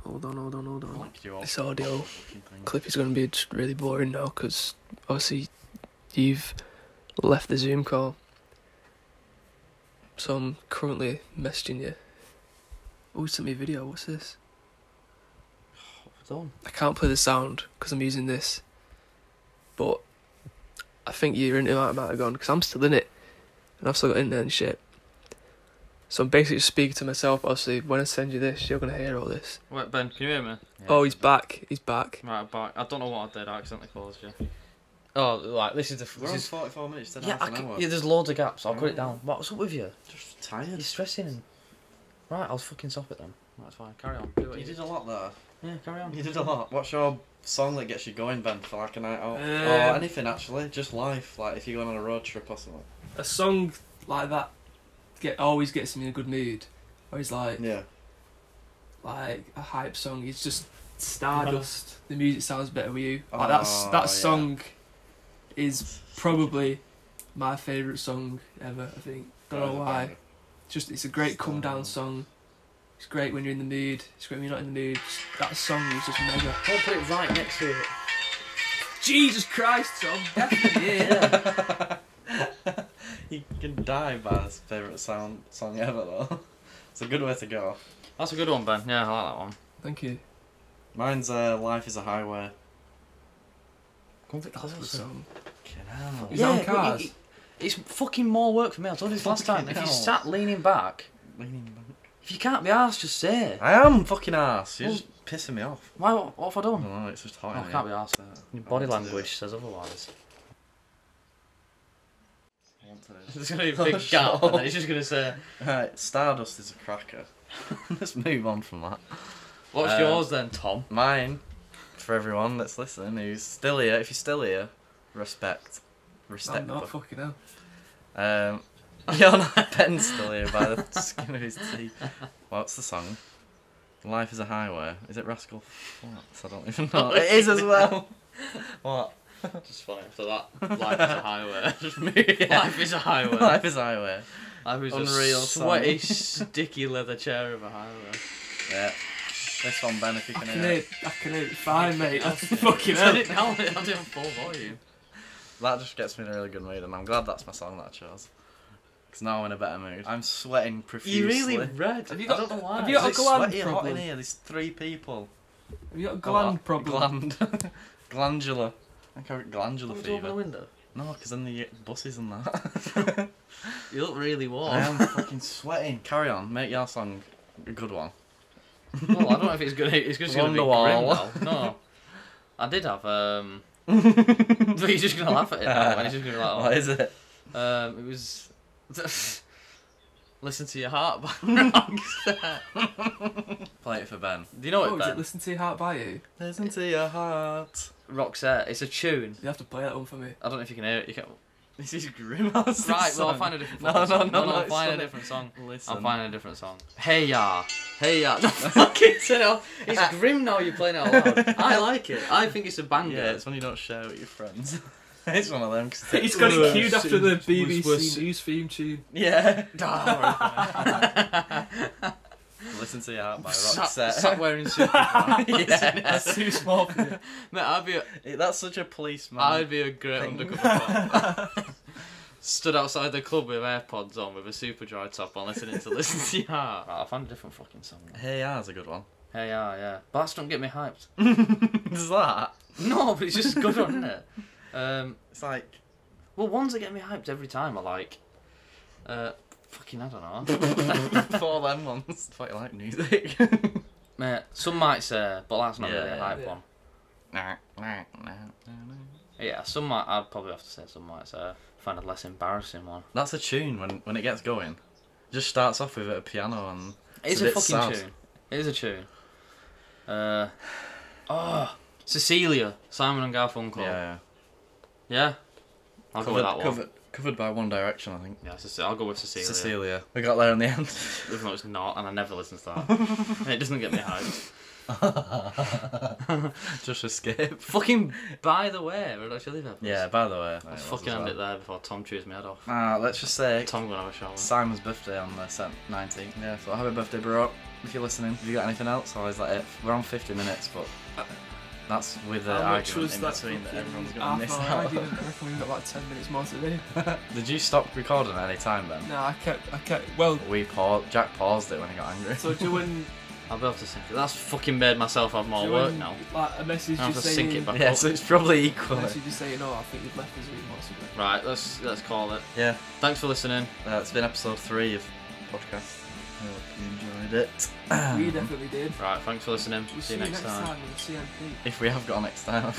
Speaker 2: Hold on, hold on, hold on.
Speaker 1: Locked you up.
Speaker 2: This audio
Speaker 1: Fucking thing.
Speaker 2: clip is going to be just really boring now because obviously you've left the Zoom call. So I'm currently messaging you. Oh, you sent me a video. What's this?
Speaker 3: Done.
Speaker 2: I can't play the sound because I'm using this. But I think your internet might have gone because I'm still in it, and I've still got internet and shit. So I'm basically just speaking to myself. Obviously, when I send you this, you're gonna hear all this.
Speaker 3: Wait, Ben, can you hear me?
Speaker 1: Yeah,
Speaker 2: oh,
Speaker 1: it's
Speaker 2: he's back. He's back.
Speaker 3: Right, I'm back. I don't know what I did. I accidentally closed you. Oh, like, this is the.
Speaker 1: We're on 44 minutes, then
Speaker 3: yeah,
Speaker 1: half an hour.
Speaker 3: yeah, there's loads of gaps. I'll cut it down. What's up with you?
Speaker 1: Just
Speaker 3: You're
Speaker 1: tired.
Speaker 3: stressing. Right, I'll fucking stop it then. That's fine. Carry on. Do what
Speaker 1: You
Speaker 3: you
Speaker 1: did a lot there.
Speaker 3: Yeah, carry on.
Speaker 1: You did a lot. What's your song that gets you going, Ben, for like a night out?
Speaker 2: Um,
Speaker 1: or anything, actually. Just life. Like if you're going on a road trip or something.
Speaker 2: A song like that get always gets me in a good mood. Always like
Speaker 1: Yeah.
Speaker 2: like a hype song. It's just Stardust. the music sounds better with you. Like that's
Speaker 1: Oh, yeah.
Speaker 2: that song is probably my favourite song ever. I think. Don't know why. Just it's a great come down
Speaker 1: Stardust.
Speaker 2: song. It's great when you're in the mood. It's great when you're not in the mood. Just- That song is just mega.
Speaker 3: I'll put it right next to it.
Speaker 2: Jesus Christ, Tom, definitely here.
Speaker 1: You can die by his favourite sound song ever, though. it's a good way to go.
Speaker 3: That's a good one, Ben. Yeah, I like that one.
Speaker 2: Thank you.
Speaker 1: Mine's uh, Life is a Highway.
Speaker 2: That's the song. He's
Speaker 1: Fucking
Speaker 2: on
Speaker 3: but
Speaker 2: cars.
Speaker 3: it- it's fucking more work for me. I told you this last time.
Speaker 1: Fucking
Speaker 3: If you
Speaker 1: hell.
Speaker 3: sat leaning back, if you can't be arsed, just say it.
Speaker 1: I am fucking ass. You're just pissing me off.
Speaker 3: Why? What, what have I
Speaker 1: I
Speaker 3: done?
Speaker 1: don't know, it's just
Speaker 3: Oh,
Speaker 1: hot. in
Speaker 3: I
Speaker 1: here.
Speaker 3: can't be arsed. Your body
Speaker 1: I want to do
Speaker 3: language says otherwise.
Speaker 1: it. I want to do it.
Speaker 3: There's gonna be a
Speaker 1: big gap, and then
Speaker 3: he's just gonna say,
Speaker 1: Right, Stardust is a cracker. Let's move on from that.
Speaker 3: "What's
Speaker 1: Uh,
Speaker 3: yours then, Tom?"
Speaker 1: Mine, for everyone that's listening, who's still here, if you're still here, respect. Respect.
Speaker 2: I'm not fucking hell.
Speaker 1: Um, you're not Ben's still here by the skin of his teeth. What's the song? Life is a Highway. Is it Rascal Flats? I don't even know. it is as well. what?
Speaker 3: Just funny after that. Life is a highway.
Speaker 1: Yeah.
Speaker 3: Life is a highway.
Speaker 1: Life is a Highway.
Speaker 3: Life is
Speaker 1: Unreal
Speaker 3: a
Speaker 1: song.
Speaker 3: sweaty, sticky leather chair of a highway.
Speaker 1: Yeah. This one, Ben, if you
Speaker 2: I
Speaker 1: can
Speaker 2: can
Speaker 1: hear
Speaker 2: hear,
Speaker 1: it.
Speaker 2: I can hear it fine, mate. That's fucking hell.
Speaker 3: Turn it down. I'll do it on full volume.
Speaker 1: That just gets me in a really good mood, and I'm glad that's my song that I chose. Because now I'm in a better mood. I'm sweating profusely.
Speaker 3: You really red.
Speaker 2: Have you
Speaker 3: I
Speaker 2: got-
Speaker 3: don't know why.
Speaker 2: have you got
Speaker 1: Is
Speaker 2: a
Speaker 1: it
Speaker 2: gland
Speaker 1: sweaty and hot in
Speaker 2: problem?
Speaker 1: here? There's three people.
Speaker 2: Have you got a gland problem?
Speaker 1: Gland. glandular. I call it glandular
Speaker 3: Can we do open the
Speaker 1: fever.
Speaker 3: window?
Speaker 1: No, because then the buses and that.
Speaker 3: You look really warm.
Speaker 1: I am fucking sweating. Carry on. Make your song a good one.
Speaker 3: Well, I don't know if it's gonna. It's just gonna be grim now.
Speaker 1: Wonderwall.
Speaker 3: No, I did have. um But you're just gonna laugh at it now, and it's just gonna be
Speaker 1: What
Speaker 3: like,
Speaker 1: is it?
Speaker 3: oh. um, "It was." Listen to your heart. by-
Speaker 1: Play it for Ben.
Speaker 3: Do you know
Speaker 2: Oh,
Speaker 3: it,
Speaker 2: is it
Speaker 3: Ben?
Speaker 2: listen to your heart by you?
Speaker 1: Listen to your heart.
Speaker 3: Roxette. It's a tune.
Speaker 2: You have to play that one for me.
Speaker 3: I don't know if you can hear it. You can...
Speaker 1: This is grim ass.
Speaker 3: Right. Well, I'll find a different.
Speaker 1: No,
Speaker 3: fucking
Speaker 1: no,
Speaker 3: song.
Speaker 1: no, no,
Speaker 3: I'll
Speaker 1: it's
Speaker 3: find a
Speaker 1: funny.
Speaker 3: different song.
Speaker 1: Listen.
Speaker 3: I'm finding a different song. Hey ya, hey ya. Don't fucking turn it off. It's grim now. You're playing it out loud. I like it. I think it's a banger.
Speaker 1: Yeah, it's when you don't share with your friends. it's one of them. Cause it
Speaker 2: He's
Speaker 1: takes-
Speaker 2: got it
Speaker 3: Worse
Speaker 2: queued after the
Speaker 3: and
Speaker 2: BBC
Speaker 3: worse.
Speaker 2: News theme tune.
Speaker 1: Yeah. Listen to your heart by
Speaker 3: Sat-
Speaker 1: Roxette.
Speaker 3: sat wearing Superman.
Speaker 1: yeah, that's too small for you.
Speaker 3: Mate, I'd be a,
Speaker 1: That's such a policeman.
Speaker 3: I'd be a great
Speaker 1: Thing.
Speaker 3: undercover cop. stood outside the club with AirPods on with a super dry top on listening to Listen to Your Heart. Right, I found a different fucking song. now.
Speaker 1: Hey Ya's a good one.
Speaker 3: Hey, yeah, yeah. But that's don't get me hyped.
Speaker 1: Is that?
Speaker 3: No, but it's just good, isn't it? Um,
Speaker 1: It's like
Speaker 3: well, ones that get me hyped every time are like, uh, fucking, I don't know.
Speaker 1: four them ones. Quite like music.
Speaker 3: Mate, some might say, but that's not
Speaker 1: Yeah,
Speaker 3: really a
Speaker 1: yeah,
Speaker 3: hype
Speaker 2: yeah.
Speaker 3: one. Yeah, some might. I'd probably have to say some might say. Find a less embarrassing one.
Speaker 1: That's a tune when when it gets going. Just starts off with a piano and
Speaker 3: It's,
Speaker 1: a
Speaker 3: a,
Speaker 1: bit
Speaker 3: fucking
Speaker 1: sad.
Speaker 3: tune. It is a tune. Uh, oh, Cecilia, Simon and Garfunkel. Yeah,
Speaker 1: yeah,
Speaker 3: I'll go
Speaker 1: covered,
Speaker 3: with that one.
Speaker 1: covered covered by One Direction, I think.
Speaker 3: Yeah, Ceci- I'll go with Cecilia.
Speaker 1: Cecilia. We got there in the end.
Speaker 3: Even though it's not, and I never listen to that. and it doesn't get me hyped.
Speaker 1: Just escape.
Speaker 3: fucking. By the way, where did I actually leave it?
Speaker 1: Yeah. By the way,
Speaker 3: Let's fucking end it there before Tom chews me head off.
Speaker 1: Ah, let's just say
Speaker 3: Tom gonna have a shower.
Speaker 1: Simon's birthday on the se- 19th. Yeah, so happy birthday, bro. If you're listening, have you got anything else? Or is that it? We're on 50 minutes, but that's with the
Speaker 2: Uh, How much
Speaker 1: argument
Speaker 2: was
Speaker 1: in
Speaker 2: that
Speaker 1: between that
Speaker 2: fucking
Speaker 1: everyone's
Speaker 2: half
Speaker 1: going to miss
Speaker 2: hour
Speaker 1: out.
Speaker 2: argument? I reckon we've got like 10 minutes more to do.
Speaker 1: Did you stop recording at any time then?
Speaker 2: No, I kept, I kept, well,
Speaker 1: We paused. Jack paused it when he got angry.
Speaker 2: so doing,
Speaker 3: I'll be able to sync it. That's fucking made myself have more work
Speaker 2: doing
Speaker 3: now.
Speaker 2: like a message
Speaker 3: I have to
Speaker 2: just saying,
Speaker 3: sync it back
Speaker 1: yeah,
Speaker 3: up.
Speaker 1: so it's probably equal.
Speaker 2: message just saying, oh, I think you've left us a bit more to do."
Speaker 3: Right, let's let's call it.
Speaker 1: Yeah,
Speaker 3: Thanks for listening.
Speaker 1: uh, it's been episode three of podcast. I hope you enjoyed it.
Speaker 2: We definitely did.
Speaker 3: Right, thanks for listening.
Speaker 2: We'll
Speaker 3: see you next time.
Speaker 2: on CMP.
Speaker 1: If we have got next time.